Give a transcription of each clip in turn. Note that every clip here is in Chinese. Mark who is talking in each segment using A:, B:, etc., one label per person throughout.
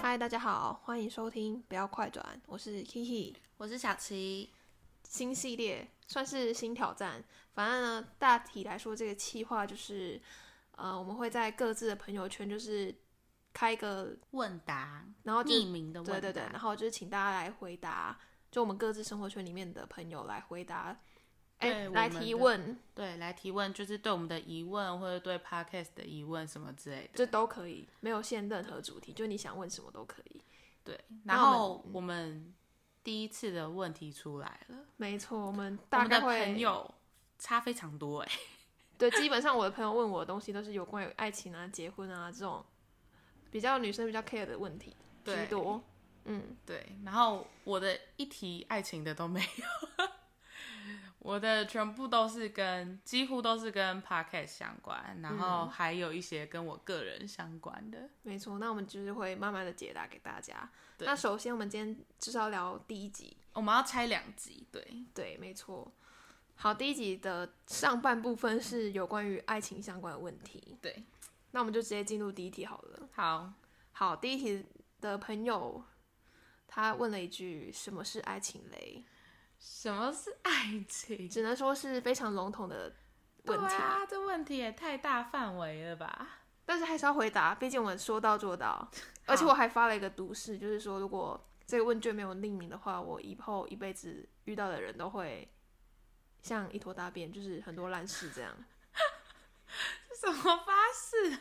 A: 嗨，大家好，欢迎收听《不要快转》，我是 Kiki。
B: 我是小琪。
A: 新系列算是新挑战，反正呢，大体来说，这个企划就是，呃，我们会在各自的朋友圈就是开一个，
B: 问答，
A: 然后就
B: 匿名的问
A: 对嗯
B: 答，
A: 对对，然后就是请大家来回答，就我们各自生活圈里面的朋友来回答，哎，
B: 对
A: 来
B: 我们
A: 提
B: 的
A: 问，
B: 对来提问，就是对我们的疑问或者对 podcast 的疑问什么之类的。
A: 这都可以，没有限任何主题，就你想问什么都可以。
B: 对，
A: 那
B: 然
A: 我
B: 后我们第一次的问题出来了，
A: 没错，我们
B: 我
A: 嗯大
B: 们的
A: 概会
B: 朋友差非常多哎、
A: 对，基本上我的朋友问我的东西都是有关于爱情啊、结婚啊这种比较女生比较 care 的问题居
B: 对
A: 多。嗯，
B: 对，然后我的一题爱情的都没有， 我的全部都是跟几乎都是跟 podcast 相关，然后还有一些跟我个人相关的。
A: 没错。那我们就是会慢慢的解答给大家。
B: 对
A: 那首先我们今天就是要聊第一集，
B: 我们要拆两集，对，
A: 对，没错。好，第一集的上半部分是有关于爱情相关的问题，
B: 对，
A: 那我们就直接进入第一题好了。
B: 好，
A: 好，第一题的朋友他问了一句：“什么是爱情雷
B: 什么是爱？”情？
A: 只能说是非常笼统的问题
B: 对。啊，这问题也太大范围了吧？
A: 但是还是要回答，毕竟我们说到做 到。而且我还发了一个毒誓，就是说如果这个问卷没有匿名的话，我以后一辈子遇到的人都会像一坨大便，就是很多烂事这 样。
B: 这什么发誓？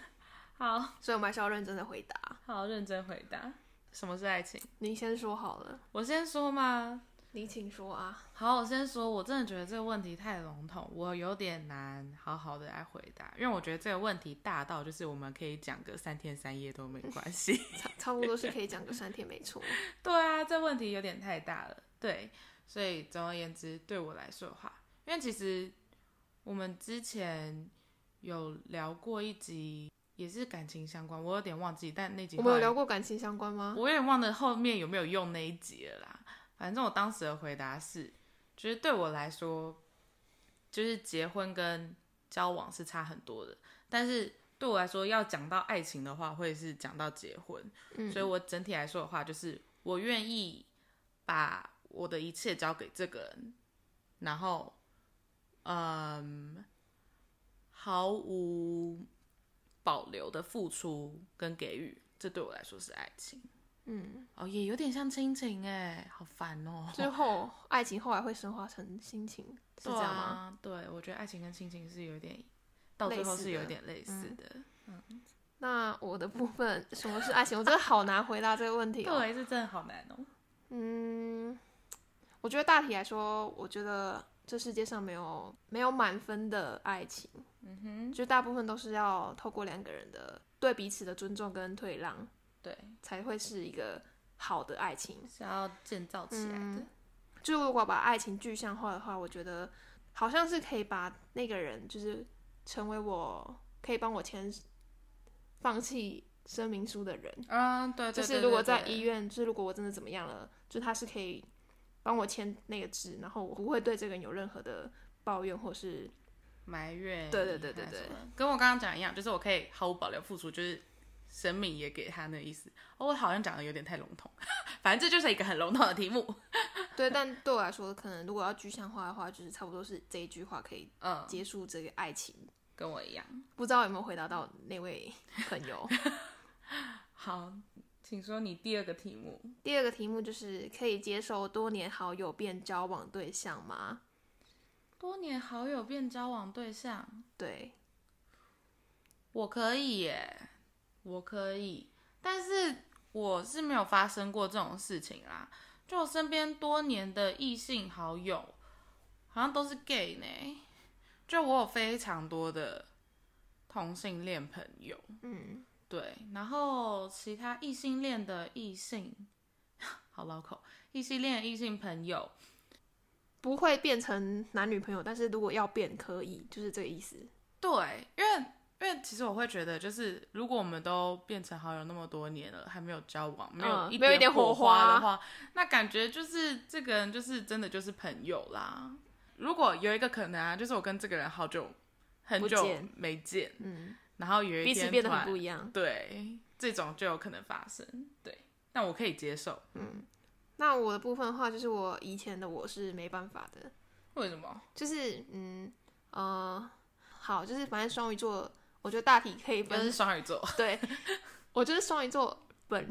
B: 好
A: 所以我们还是要认真的回答。
B: 好认真回答，什么是爱情？
A: 您先说好了，
B: 我先说嘛。
A: 你请说啊。
B: 好，我先说，我真的觉得这个问题太笼统，我有点难好好的来回答，因为我觉得这个问题大到就是我们可以讲个三天三夜都没关系。
A: 差差不多是可以讲个三天，没 错。
B: 对啊，这问题有点太大了。对，所以总而言之，对我来说的话，因为其实我们之前有聊过一集，也是感情相关，我有点忘记，但那集
A: 我们有
B: 后来
A: 聊过感情相关吗？
B: 我有点忘了后面有没有用那一集了啦。反正我当时的回答是，就是对我来说，就是结婚跟交往是差很多的。但是对我来说，要讲到爱情的话，会是讲到结婚。
A: 嗯
B: 所以我整体来说的话，就是我愿意把我的一切交给这个人，然后，嗯，毫无保留的付出跟给予，这对我来说是爱情。
A: 嗯，
B: 哦，也有点像亲情
A: 欸
B: 哎，好烦哦。
A: 最后爱情后来会升华成心情，是
B: 对
A: 这样吗？
B: 啊，对，我觉得爱情跟亲情是有点，到最后
A: 类似的嗯
B: 是有点类似的。
A: 那我的部分，什么是爱情？我真的好难回答这个问题、哦。
B: 对，这真的好难哦。
A: 嗯，我觉得大体来说，我觉得这世界上没有没有满分的爱情，
B: 嗯哼，
A: 就大部分都是要透过两个人的对彼此的尊重跟退让，
B: 对，
A: 才会是一个好的爱情。
B: 是要建造起来的。
A: 嗯就如果把爱情具象化的话，我觉得好像是可以把那个人就是成为我可以帮我签放弃声明书的人，
B: 嗯，对，
A: 就
B: 对
A: 是如果在医
B: 一，
A: 院，就是如果我真的怎么样了，就他是可以帮我签那个字，然后我不会对这个人有任何的抱怨或 是
B: 埋怨，
A: 对对对对
B: 还是什
A: 对
B: 么，跟我刚刚讲一样，就是我可以毫无保留付出，就是神明也给他那意思。哦，我好像讲的有点太笼统，反正这就是一个很笼统的题目。
A: 对。但对我来说，可能如果要具象化的话，就是差不多是这一句话可以
B: 嗯，
A: 结束这个爱情。
B: 跟我一样。
A: 不知道有没有回答到那位朋 友？
B: 好，请说你第二个题目。
A: 第二个题目就是可以接受多年好友变交往对象吗？
B: 多年好友变交往对象，
A: 对，
B: 我可以耶，我可以，但是我是没有发生过这种事情啦。就我身边多年的异性好友，好像都是 gay 呢。就我有非常多的同性恋朋友，
A: 嗯，
B: 对，然后其他异性恋的异性， 好绕口，异性恋的异性朋友，
A: 不会变成男女朋友，但是如果要变可以，就是这个意思。
B: 对，因为因为其实我会觉得，就是如果我们都变成好友那么多年了，还没有交往，没有
A: 嗯
B: 一
A: 没有一点火
B: 火
A: 花
B: 的话，那感觉就是这个人就是真的就是朋友啦。如果有一个可能啊，就是我跟这个人好久很
A: 不
B: 久
A: 见
B: 没见，
A: 嗯，
B: 然后有一
A: 彼
B: 天
A: 此变得
B: 突
A: 很
B: 然
A: 不一样。
B: 对，这种就有可能发生。对，但我可以接受。
A: 那我的部分的话，就是我以前的我是没办法的，
B: 为什么？
A: 就是嗯呃，好，就是反正双鱼座，我觉得大体可以
B: 我
A: 分
B: 是双鱼座，
A: 对， 我就是双鱼座本。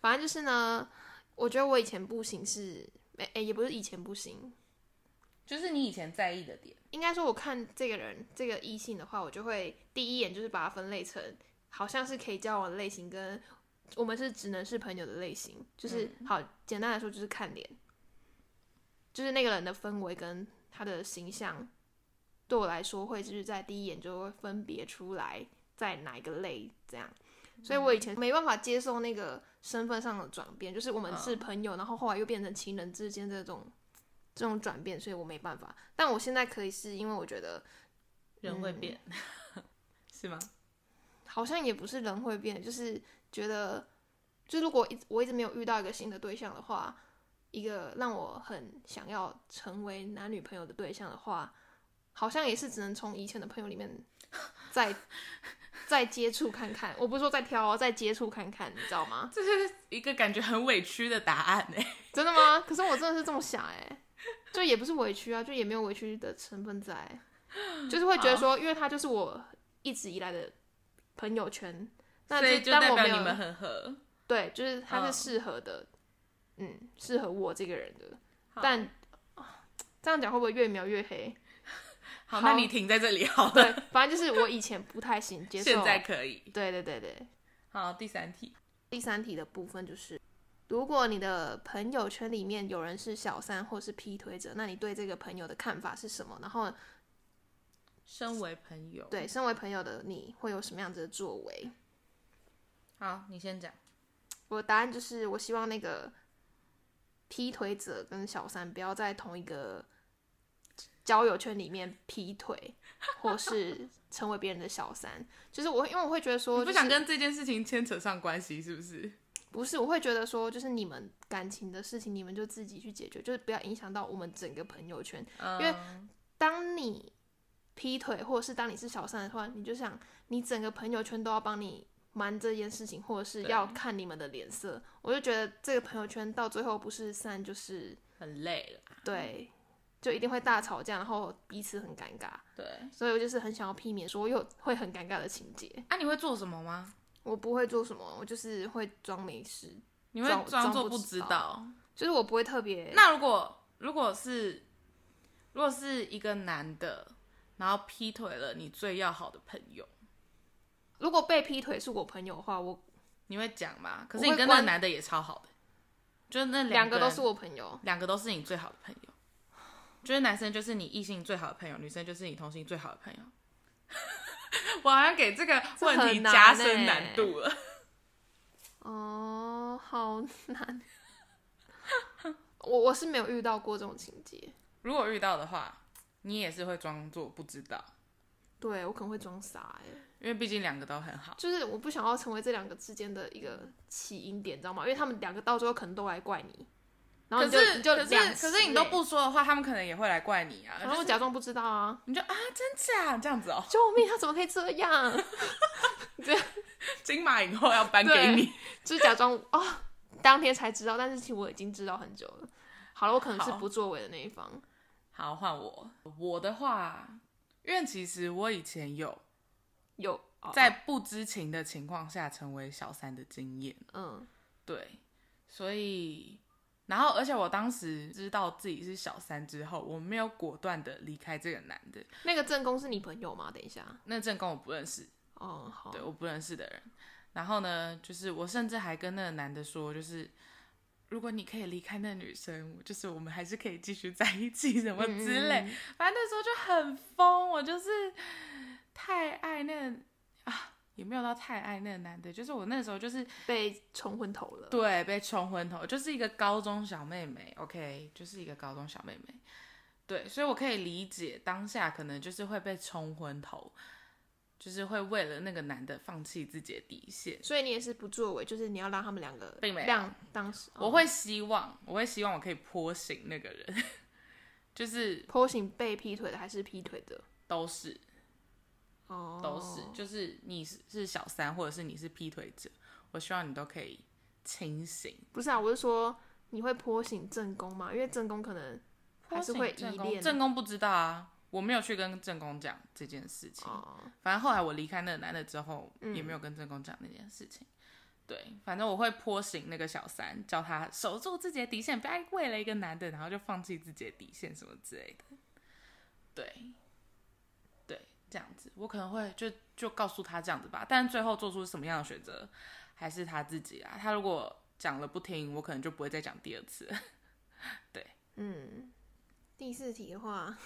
A: 反正就是呢，我觉得我以前不行是，诶、诶也不是以前不行，
B: 就是你以前在意的点。
A: 应该说我看这个人这个异性的话，我就会第一眼就是把它分类成好像是可以交往的类型，跟我们是只能是朋友的类型，就是、好简单来说就是看脸，就是那个人的氛围跟他的形象，对我来说会就是在第一眼就会分别出来在哪一个类这样。所以我以前没办法接受那个身份上的转变，就是我们是朋友，然后后来又变成情人之间这种这种转变，所以我没办法。但我现在可以，是因为我觉得
B: 人会变，嗯 是吗？
A: 好像也不是人会变，就是觉得，就如果一直我一直没有遇到一个新的对象的话，一个让我很想要成为男女朋友的对象的话，好像也是只能从以前的朋友里面 再再接触看看。我不是说再挑哦，再接触看看，你知道吗？
B: 这是一个感觉很委屈的答案哎、
A: 真的吗？可是我真的是这么想哎、就也不是委屈啊，就也没有委屈的成分在，就是会觉得说，因为他就是我一直以来的朋友圈，那
B: 所以
A: 就
B: 就
A: 当
B: 代
A: 我
B: 表
A: 没
B: 你
A: 有
B: 们很合。
A: 对，就是他是
B: 嗯
A: 适合的，嗯，适合我这个人的，
B: 好
A: 但啊这样讲会不会越描越黑？
B: 好，
A: 好
B: 那你停在这里好了。
A: 对，反正就是我以前不太行接受，
B: 现在可以。
A: 对对对对，
B: 好，第三题，
A: 第三题的部分就是，如果你的朋友圈里面有人是小三或是劈腿者，那你对这个朋友的看法是什么？然后
B: 身为朋友，
A: 对，身为朋友的你会有什么样子的作为？
B: 好，你先讲。
A: 我的答案就是，我希望那个劈腿者跟小三不要在同一个交友圈里面劈腿，或是成为别人的小三。就是我，因为我会觉得说、
B: 我
A: 就
B: 不
A: 是，
B: 想跟这件事情牵扯上关系，是不是？
A: 不是，我会觉得说，就是你们感情的事情，你们就自己去解决，就是不要影响到我们整个朋友圈。
B: 嗯、
A: 因为当你劈腿，或者是当你是小三的话，你就想你整个朋友圈都要帮你瞒这件事情，或者是
B: 对
A: 要看你们的脸色。我就觉得这个朋友圈到最后不是散就是
B: 很累了。
A: 对，就一定会大吵架，然后彼此很尴尬。
B: 对，
A: 所以我就是很想要避免所有会很尴尬的情节。
B: 啊，你会做什么吗？
A: 我不会做什么，我就是会装没事，
B: 你会
A: 装
B: 装
A: 装
B: 作
A: 不
B: 不
A: 知
B: 知
A: 道
B: 道？
A: 就是我不会特别
B: 那如果如果是如果是一个男的，然后劈腿了你最要好的朋友，
A: 如果被劈腿是我朋友的话，我
B: 你会讲吗？可
A: 我
B: 是你
A: 会
B: 跟那
A: 关
B: 个男的也超好的，就是那
A: 两
B: 个
A: 个都
B: 人
A: 是我朋友，
B: 两个都是你最好的朋友，就是男生就是你异性最好的朋友，女生就是你同性最好的朋友。 我好像给这个
A: 这
B: 问题
A: 很难
B: 加
A: 欸
B: 深难度了。
A: 哦，好难。 我我是没有遇到过这种情节，
B: 如果遇到的话，你也是会装作不知道，
A: 对我可能会装傻哎、
B: 因为毕竟两个都很好。
A: 就是我不想要成为这两个之间的一个起因点，你知道吗？因为他们两个到最后可能都来怪你，然后你
B: 可
A: 就是你就
B: 可
A: 两
B: 是可是你都
A: 欸，
B: 不说的话，他们可能也会来怪你啊。
A: 然
B: 就
A: 后
B: 是
A: 我假装不知道啊，
B: 你就啊，真假这样子哦，
A: 救命，他怎么可以这样？
B: 金马影后要颁给你。
A: 就是假装哦，当天才知道，但是其实我已经知道很久了。好了，我可能是
B: 好
A: 不作为的那一方，
B: 好，换我。我的话，因为其实我以前有
A: 有哦
B: 在不知情的情况下成为小三的经验，
A: 嗯
B: 对，所以然后而且我当时知道自己是小三之后，我没有果断的离开这个男的，
A: 那个正宫是你朋友吗？等一下，
B: 那正跟我不认识，
A: 哦好，
B: 对，我不认识的人。然后呢，就是我甚至还跟那个男的说，就是如果你可以离开那女生，就是我们还是可以继续在一起什么之类。
A: 嗯嗯嗯
B: 反正那时候就很疯，我就是太爱那个啊，也没有到太爱那个男的，就是我那时候就是
A: 被冲昏头了。
B: 对，被冲昏头，就是一个高中小妹妹，OK，就是一个高中小妹妹。对，所以我可以理解当下可能就是会被冲昏头，就是会为了那个男的放弃自己的底线。
A: 所以你也是不作为，就是你要让他们两个
B: 并没有
A: 让当时哦
B: 我会希望，我会希望我可以泼醒那个人， 就是
A: 剖醒被劈腿的还是劈腿的
B: 都是
A: 哦，
B: 都是，就是你是是小三，或者是你是劈腿者，我希望你都可以清醒，
A: 不是啊，我是说你会颇醒正宫吗？因为正宫可能还是会
B: 正
A: 依
B: 宫，
A: 恋
B: 正宫不知道啊，我没有去跟正宫讲这件事情。
A: 哦，
B: 反正后来我离开那个男的之后，
A: 嗯
B: 也没有跟正宫讲那件事情。对，反正我会泼醒那个小三，叫他守住自己的底线，不要为了一个男的，然后就放弃自己的底线什么之类的。对，对，这样子，我可能会就就告诉他这样子吧。但最后做出什么样的选择，还是他自己啊。他如果讲了不听，我可能就不会再讲第二次。
A: 嗯，第四题的话，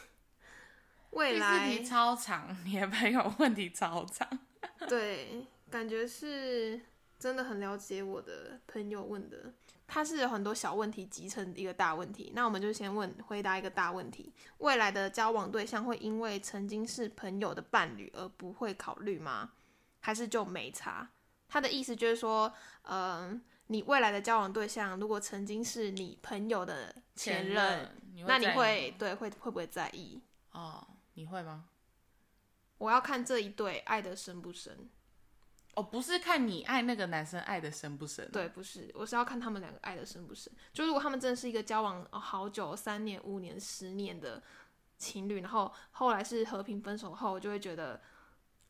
B: 第
A: 未
B: 四
A: 来
B: 题超长，你的朋友问题超长。
A: 对，感觉是真的很了解我的朋友问的，他是有很多小问题集成一个大问题。那我们就先问回答一个大问题：未来的交往对象会因为曾经是朋友的伴侣而不会考虑吗？还是就没差？他的意思就是说，嗯、你未来的交往对象如果曾经是你朋友的前任，
B: 你
A: 那你
B: 在意
A: 会
B: 吗
A: 对会会不会在意？
B: 哦？你会吗？
A: 我要看这一对爱的深不深。
B: 哦，不是看你爱那个男生爱的深不深、啊，
A: 对，不是，我是要看他们两个爱的深不深。就如果他们真的是一个交往、哦、好久，三年、五年、十年的情侣，然后后来是和平分手后，我就会觉得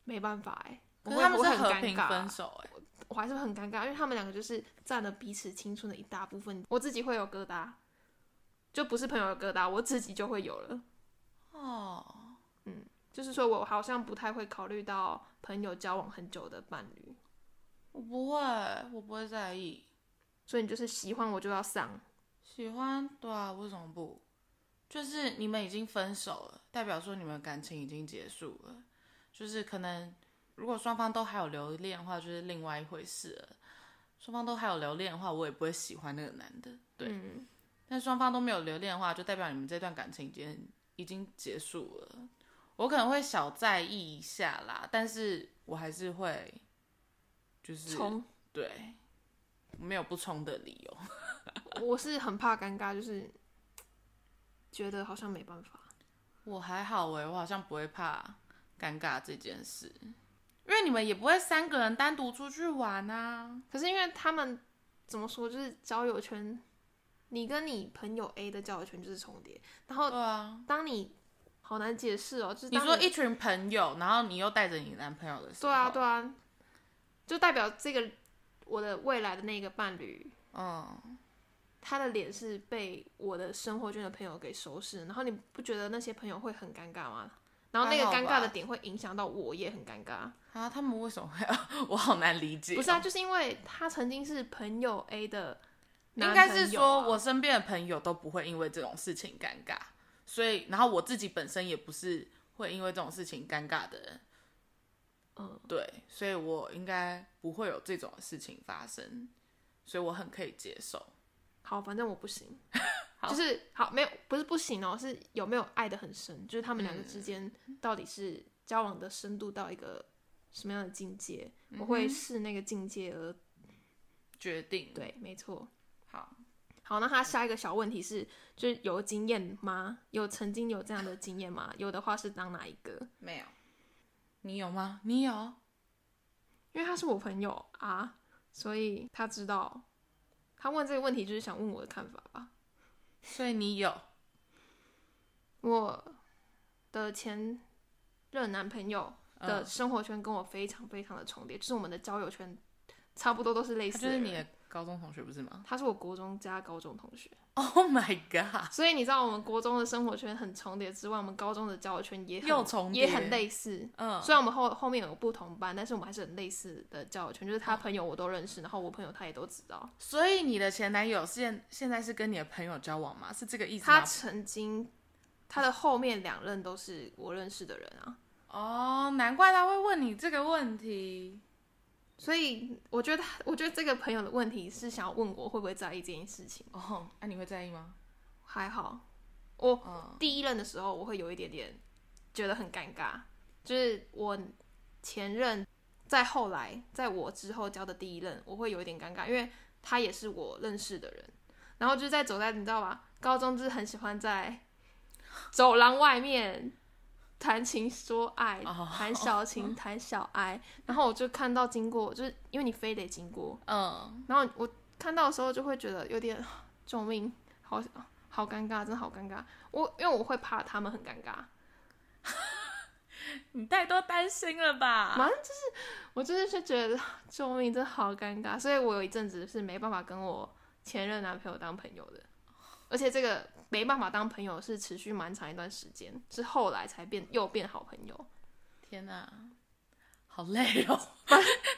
A: 没办法哎、我
B: 可
A: 会
B: 是他们
A: 我
B: 是
A: 会很
B: 和
A: 尴
B: 平
A: 尬啊
B: 分手、哎，
A: 我还是会很尴尬，因为他们两个就是占了彼此青春的一大部分，我自己会有疙瘩，就不是朋友的疙瘩，我自己就会有了。
B: 哦，
A: 就是说我好像不太会考虑到朋友交往很久的伴侣，
B: 我不会，我不会在意，
A: 所以你就是喜欢我就要上，
B: 喜欢，对啊，为什么不？就是你们已经分手了，代表说你们感情已经结束了，就是可能如果双方都还有留恋的话，就是另外一回事了。双方都还有留恋的话，我也不会喜欢那个男的，对。
A: 嗯
B: 但双方都没有留恋的话，就代表你们这段感情已经已经结束了。我可能会小在意一下啦，但是我还是会，就是
A: 冲。
B: 对，没有不冲的理由。
A: 我是很怕尴尬，就是觉得好像没办法。
B: 我还好欸诶、我好像不会怕尴尬这件事，因为你们也不会三个人单独出去玩啊。
A: 可是因为他们怎么说，就是交友圈，你跟你朋友 A 的交友圈就是重叠，然后
B: 对啊，
A: 当你好难解释哦，就是
B: 你
A: 当
B: 说一哦群朋友，然后你又带着你男朋友的时候，
A: 对啊对啊，就代表这个我的未来的那个伴侣，
B: 嗯，
A: 他的脸是被我的生活圈的朋友给收拾，然后你不觉得那些朋友会很尴尬吗？然后那个
B: 还好
A: 尴尬
B: 吧
A: 的点会影响到我，也很尴尬。
B: 啊，他们为什么会？ 我好难理解哦、
A: 不是啊，就是因为他曾经是朋友 A 的男朋友啊、
B: 应该是说我身边的朋友都不会因为这种事情尴尬，所以然后我自己本身也不是会因为这种事情尴尬的人，
A: 嗯，
B: 对，所以我应该不会有这种事情发生，所以我很可以接受。
A: 好，反正我不行，
B: 好
A: 就是好没有不是不行哦，是有没有爱的很深，就是他们两个
B: 嗯
A: 之间到底是交往的深度到一个什么样的境界，
B: 嗯
A: 我会视那个境界而
B: 决定，
A: 对，没错。
B: 好，
A: 好，那他下一个小问题是，就是有经验吗？有曾经有这样的经验吗？有的话是当哪一个？
B: 没有，你有吗？你有，
A: 因为他是我朋友啊，所以他知道。他问这个问题就是想问我的看法吧。
B: 所以你有，
A: 我的前任男朋友的
B: 嗯
A: 生活圈跟我非常非常的重叠，就是我们的交友圈差不多都是类
B: 他
A: 似
B: 就
A: 的
B: 是
A: 人。
B: 你的高中同学不是吗
A: 他是我国中加高中同学，
B: ？Oh my god，
A: 所以你知道我们国中的生活圈很重叠之外，我们高中的交友圈也很
B: 又重叠
A: 也很类似。
B: 嗯，
A: 虽然我们后后面有不同班，但是我们还是很类似的交友圈，就是他朋友我都认识，然后我朋友他也都知道。
B: 所以你的前男友现现在是跟你的朋友交往吗？是这个意思
A: 他
B: 吗？
A: 曾经他的后面两任都是我认识的人啊，
B: 哦，难怪他会问你这个问题。
A: 所以我觉得他，我觉得这个朋友的问题是想要问我会不会在意这件事情。
B: 哦，那、你会在意吗？
A: 还好，我
B: 嗯，
A: 第一任的时候我会有一点点觉得很尴尬，就是我前任在后来在我之后交的第一任，我会有一点尴尬，因为他也是我认识的人，然后就是在走在你知道吧，高中就是很喜欢在走廊外面谈情说爱，
B: 哦
A: 谈小情，谈小爱，然后我就看到经过，就是因为你非得经过，
B: 嗯，
A: 然后我看到的时候就会觉得有点啊救命，好好尴尬，真的好尴尬。我因为我会怕他们很尴尬，
B: 你太多担心了吧？
A: 蛮就是我就是就觉得救命，真的好尴尬。所以我有一阵子是没办法跟我前任男朋友当朋友的，而且这个没办法当朋友是持续蛮长一段时间，是后来才变又变好朋友。
B: 天哪、好累 哦，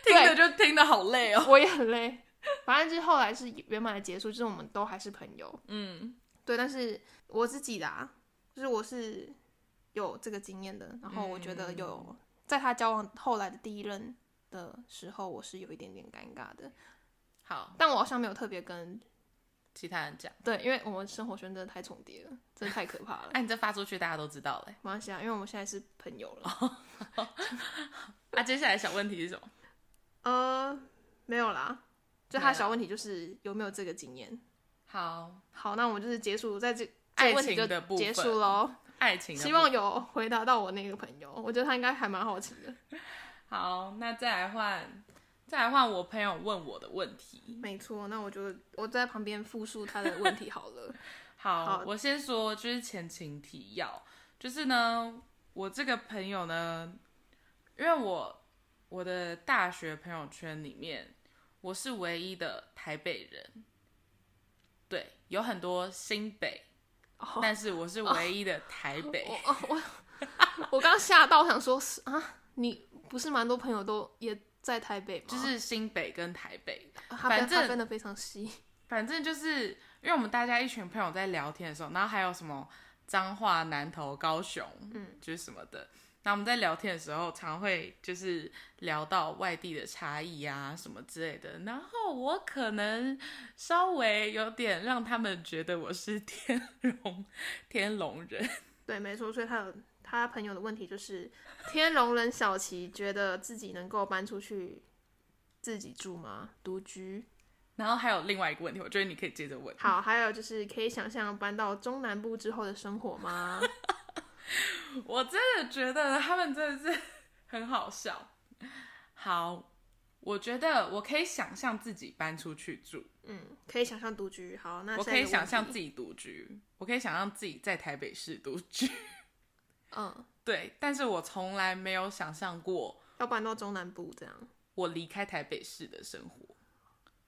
B: 听着就听得好累哦。
A: 我也很累，反正就是后来是圆满的结束，就是我们都还是朋友。
B: 嗯，
A: 对，但是我自己啦，就是我是有这个经验的，然后我觉
B: 嗯
A: 得有在他交往后来的第一任的时候，我是有一点点尴尬的，
B: 好，
A: 但我好像没有特别跟
B: 其他人讲。
A: 对，因为我们生活圈真的太重叠了，真的太可怕 了。
B: 哎、你这发出去，大家都知道嘞。
A: 马来啊西亚，因为我们现在是朋友了，
B: 哦啊，接下来小问题是什么？
A: 呃，没有啦，就他
B: 没
A: 的小问题就是有没有这个经验。
B: 好，
A: 好，那我们就是结束在这这
B: 爱
A: 个问题
B: 情
A: 就
B: 的部
A: 结
B: 分
A: 束喽。
B: 爱情的部分。
A: 希望有回答到我那个朋友，我觉得他应该还蛮好奇的。
B: 好，那再来换，再来换我朋友问我的问题。
A: 没错，那我就我在旁边复述他的问题好了。
B: 好，
A: 好
B: 我先说，就是前情提要，就是呢，我这个朋友呢，因为我我的大学朋友圈里面，我是唯一的台北人，对，有很多新北，
A: 哦
B: 但是我是唯一的台北。
A: 我哦我我刚吓到，我想说是啊，你不是蛮多朋友都也在台北吗？
B: 就是新北跟台北，
A: 啊他
B: 反
A: 分
B: 正
A: 他分的非常细。
B: 反正就是因为我们大家一群朋友在聊天的时候，然后还有什么彰化、南投、高雄，嗯，就是什么的。那我们在聊天的时候，常会就是聊到外地的差异啊什么之类的。然后我可能稍微有点让他们觉得我是 天龙天龙人，
A: 对，没错，所以他有他朋友的问题就是，天龙人小琪觉得自己能够搬出去自己住吗？独居？
B: 然后还有另外一个问题，我觉得你可以接着问。
A: 好，还有就是可以想象搬到中南部之后的生活吗？
B: 我真的觉得他们真的是 很好笑。好，我觉得我可以想象自己搬出去住，
A: 嗯，可以想象独居。好，那
B: 我
A: 下
B: 可
A: 一
B: 以
A: 个
B: 想
A: 问
B: 象
A: 题
B: 自己独居，我可以想象自己在台北市独居。
A: 嗯，
B: 对，但是我从来没有想象过
A: 要搬到中南部这样。
B: 我离开台北市的生活，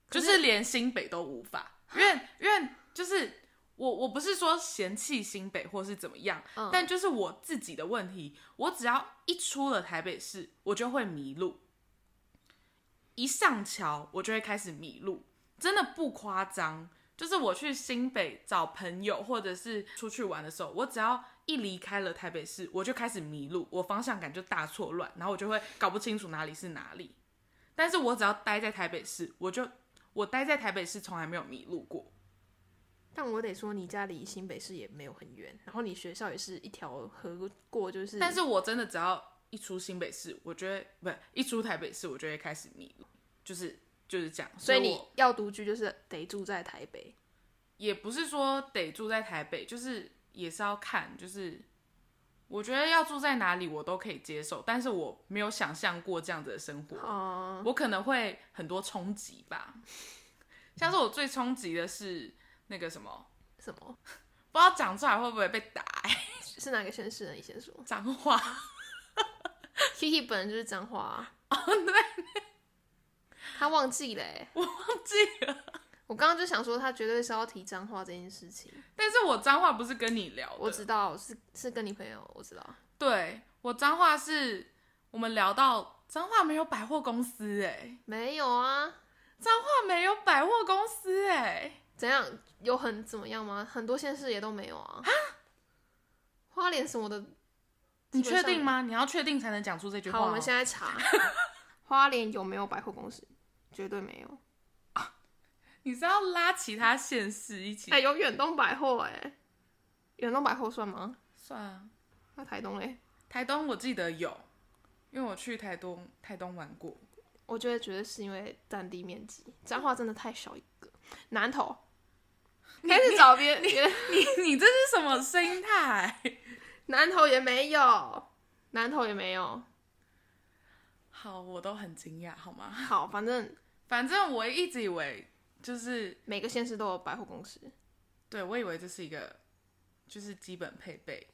A: 可
B: 就是是连新北都无法，因 为因为就是。我我不是说嫌弃新北或是怎么样，
A: 嗯
B: 但就是我自己的问题，我只要一出了台北市，我就会迷路。一上桥，我就会开始迷路，真的不夸张。就是我去新北找朋友或者是出去玩的时候，我只要一离开了台北市，我就开始迷路，我方向感就大错乱，然后我就会搞不清楚哪里是哪里。但是我只要待在台北市，我就我待在台北市从来没有迷路过。
A: 但我得说，你家离新北市也没有很远，然后你学校也是一条河过，就是。
B: 但是我真的只要一出新北市，我就会不一出台北市，我就会开始迷路，就是就是这样。
A: 所以
B: 我
A: 你要独居，就是得住在台北。
B: 也不是说得住在台北，就是也是要看，就是我觉得要住在哪里我都可以接受，但是我没有想象过这样子的生活，
A: 哦、
B: 我可能会很多冲击吧。像是我最冲击的是那个什么，
A: 什么？
B: 不知道讲出来会不会被打、欸？
A: 是哪个县市呢？你先 说。
B: 脏话，
A: Kiki 本人就是彰化、 啊。哦，对。他忘记了、欸，
B: 我忘记了。
A: 我刚刚就想说，他绝对是要提彰化这件事情。
B: 但是我脏话不是跟你聊的，
A: 我知道，是是跟你朋友，我知道。
B: 对我脏话是我们聊到脏话没有百货公司哎、欸，
A: 没有啊？
B: 脏话没有百货公司哎、
A: 怎样？有很怎么样吗？很多县市也都没有啊。花莲什么的
B: 你
A: 基本
B: 确
A: 上
B: 定吗？你要确定才能讲出这句话、哦。
A: 好，我们现在查 花莲有没有百货公司？绝对没有。
B: 你是要拉其他县市一起、
A: 哎、有远东百货哎、远东百货算吗？
B: 算啊？
A: 那台东嘞？
B: 台东我记得有，因为我去台东台东玩过。
A: 我觉得绝对是因为占地面积，彰化真的太小一个。南 投开始找别人，
B: 你你这是什么心态？
A: 南投也没有，南投也没有。
B: 好，我都很惊讶，好吗？
A: 好，反正
B: 反正我一直以为就是
A: 每个县市都有百货公司，
B: 对我以为这是一个就是基本配备，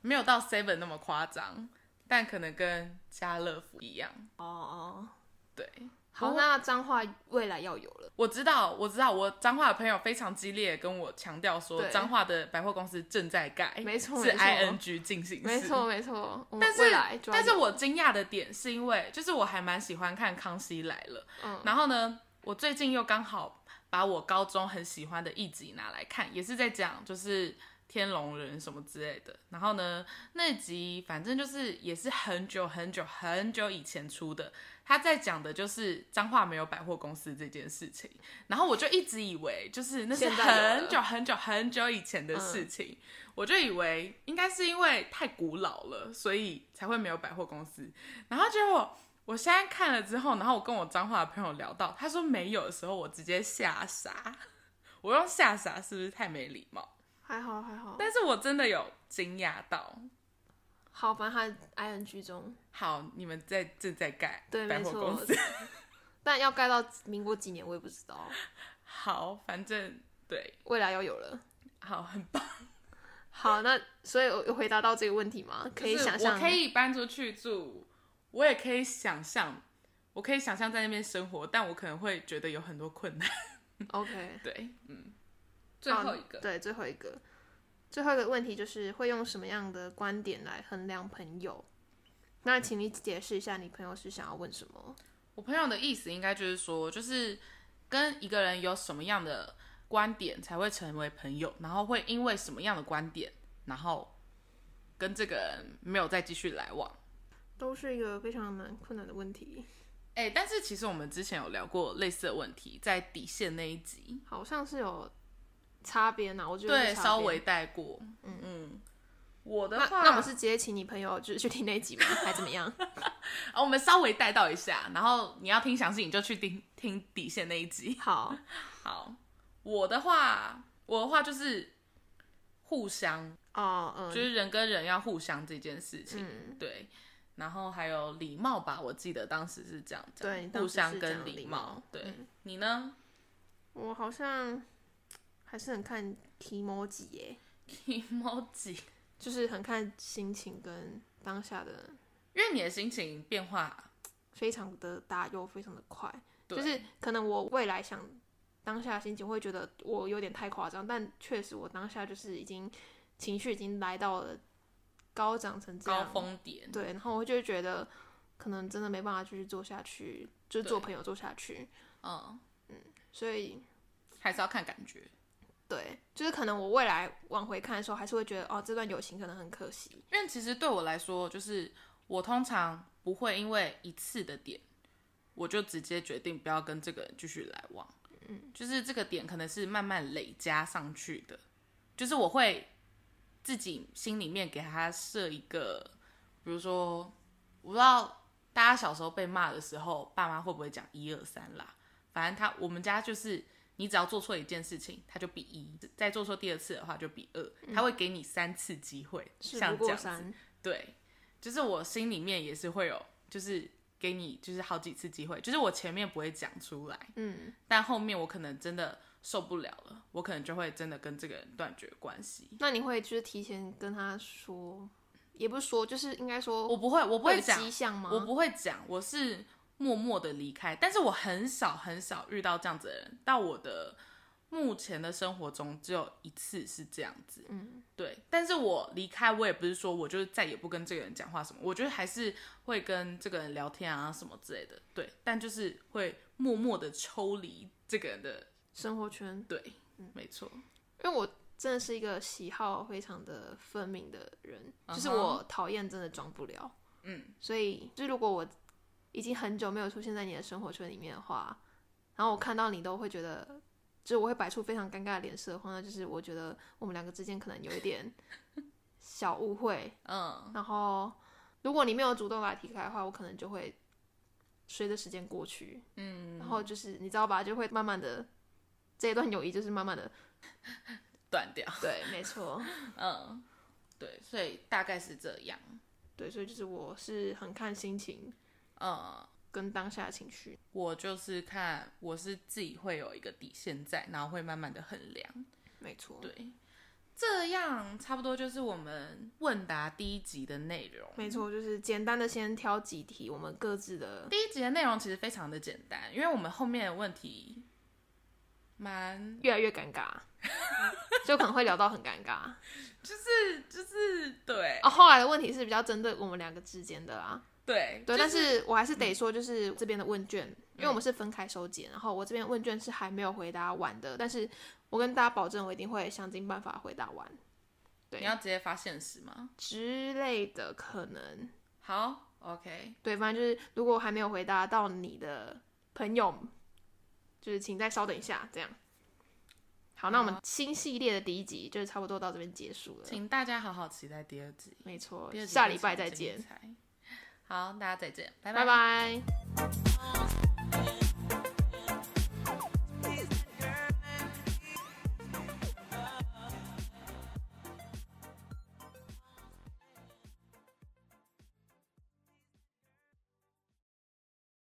B: 没有到 Seven 那么夸张，但可能跟家乐福一样。
A: 哦，
B: 对，哦
A: 好，那彰化未来要有了，
B: 我知道，我知道，我彰化的朋友非常激烈地跟我强调说，
A: 对
B: 彰化的百货公司正在盖，
A: 没错
B: 哎是
A: 没错
B: ING 进行式，
A: 没错没错，我们
B: 但
A: 未
B: 是
A: 来，抓
B: 但是
A: 紧
B: 我惊讶的点是因为，就是我还蛮喜欢看《康熙来了》
A: 嗯
B: 然后呢，我最近又刚好把我高中很喜欢的一集拿来看，也是在讲就是天龙人什么之类的。然后呢，那集反正就是也是很久很久很久以前出的，他在讲的就是彰化没有百货公司这件事情。然后我就一直以为就是那是
A: 现在有了
B: 很久很久很久以前
A: 嗯
B: 的事情。我就以为应该是因为太古老了，所以才会没有百货公司。然后结果我现在看了之后，然后我跟我彰化的朋友聊到，他说没有的时候，我直接吓傻。我用吓傻是不是太没礼貌？
A: 还好还好，
B: 但是我真的有惊讶到。
A: 好，反正它 ing 中，
B: 好，你们在正在盖
A: 对
B: 百
A: 没
B: 货
A: 错
B: 公 司。
A: 但要盖到民国几年我也不知道，
B: 好，反正对，
A: 未来要有了。
B: 好，很棒。
A: 好，那所以我有回答到这个问题吗？可以
B: 就是
A: 想象，
B: 我可以搬出去住，我也可以想象，我可以想象在那边生活，但我可能会觉得有很多困难。
A: OK。
B: 对，嗯，最后一个，
A: 对，最后一个，最后一个问题就是会用什么样的观点来衡量朋友？那请你解释一下，你朋友是想要问什么？
B: 我朋友的意思应该就是说，就是跟一个人有什么样的观点才会成为朋友，然后会因为什么样的观点，然后跟这个人没有再继续来往。
A: 都是一个非常蛮困难的问题，
B: 哎、但是其实我们之前有聊过类似的问题，在底线那一集，
A: 好像是有擦边呐、我觉得
B: 对，
A: 是擦边
B: 稍微带过。嗯嗯，我的
A: 那
B: 话，
A: 那我是直接请你朋友就是去听那一 集吗？还怎么样？
B: 啊，我们稍微带到一下，然后你要听详细，你就去听听底线那一集。
A: 好，
B: 好，我的话，我的话就是互相，
A: 哦，嗯，
B: 就是人跟人要互相这件事情，
A: 嗯，
B: 对。然后还有礼貌吧，我记得当时是这样讲，
A: 对当时
B: 互相
A: 是这
B: 跟
A: 样
B: 礼
A: 礼貌
B: 对、
A: 嗯
B: 你呢
A: 我好像还是很看 emoji 耶、
B: ？emoji，
A: 就是很看心情跟当下的
B: 因为你的心情变化，
A: 非常的大又非常的快，
B: 对
A: 就是可能我未来想当下的心情会觉得我有点太夸张，但确实我当下就是已经情绪已经来到了高涨成这
B: 高
A: 样，
B: 峰点，
A: 对，然后我就会觉得可能真的没办法继续做下去，就是做
B: 对
A: 朋友做下去，
B: 嗯，
A: 所以
B: 还是要看感觉，
A: 对，就是可能我未来往回看的时候，还是会觉得哦这段友情可能很可惜，
B: 因为其实对我来说，就是我通常不会因为一次的点，我就直接决定不要跟这个人继续来往。嗯，就是这个点可能是慢慢累加上去的，就是我会自己心里面给他设一个，比如说，我不知道大家小时候被骂的时候，爸妈会不会讲一二三啦？反正他我们家就是。你只要做错一件事情，他就比一；再做错第二次的话，就比二。他会给你三次机会，
A: 事
B: 像
A: 嗯不
B: 这
A: 过
B: 样子。
A: 三，
B: 对，就是我心里面也是会有，就是给你就是好几次机会，就是我前面不会讲出来，
A: 嗯，
B: 但后面我可能真的受不了了，我可能就会真的跟这个人断绝关系。
A: 那你会就是提前跟他说，也不是说，就是应该说
B: 我不会，我不
A: 会
B: 会
A: 有
B: 讲，
A: 迹象吗？
B: 我不会讲，我是默默的离开。但是我很少很少遇到这样子的人，到我的目前的生活中只有一次是这样子。
A: 嗯，
B: 对。但是我离开，我也不是说我就再也不跟这个人讲话什么，我觉得还是会跟这个人聊天啊什么之类的。对，但就是会默默的抽离这个人的。
A: 生活圈，
B: 对，没错。
A: 因为我真的是一个喜好非常的分明的人
B: 嗯哼
A: 就是我讨厌真的装不了，
B: 嗯，
A: 所以就是如果我已经很久没有出现在你的生活圈里面的话，然后我看到你都会觉得，就是我会摆出非常尴尬的脸色的话，那就是我觉得我们两个之间可能有一点小误会，
B: 嗯，
A: 然后如果你没有主动来提开的话，我可能就会随着时间过去，嗯，然后就是你知道吧，就会慢慢的这一段友谊就是慢慢的，
B: 断掉。
A: 对，没错，
B: 嗯，对，所以大概是这样。
A: 对，所以就是我是很看心情，
B: 嗯，
A: 跟当下的情绪。
B: 我就是看我是自己会有一个底线在，然后会慢慢的衡量。
A: 没错，
B: 对，这样差不多就是我们问答第一集的内容。
A: 没错，就是简单的先挑几题我们各自的，
B: 第一集的内容其实非常的简单，因为我们后面的问题蛮
A: 越来越尴尬， 就可能会聊到很尴尬。
B: 就是就是对
A: 哦，后来的问题是比较针对我们两个之间的啊。
B: 对
A: 对，
B: 就嗯
A: 但是我还是得说，就是这边的问卷，因为我们是分开收集，然后我这边问卷是还没有回答完的，但是我跟大家保证，我一定会想尽办法回答完对
B: 你要直接发现实吗？
A: 之类的，可能
B: 好，OK，
A: 对，反正就是如果还没有回答到你的朋友，就是请再稍等一下，这样。好，那我们新系列的第一集就是差不多到这边结束了，
B: 请大家好好期待第二集，
A: 没错
B: 第二，集
A: 下
B: 非
A: 礼拜
B: 常
A: 再
B: 精
A: 见，
B: 彩。好，大家再见，拜
A: 拜拜。
B: 拜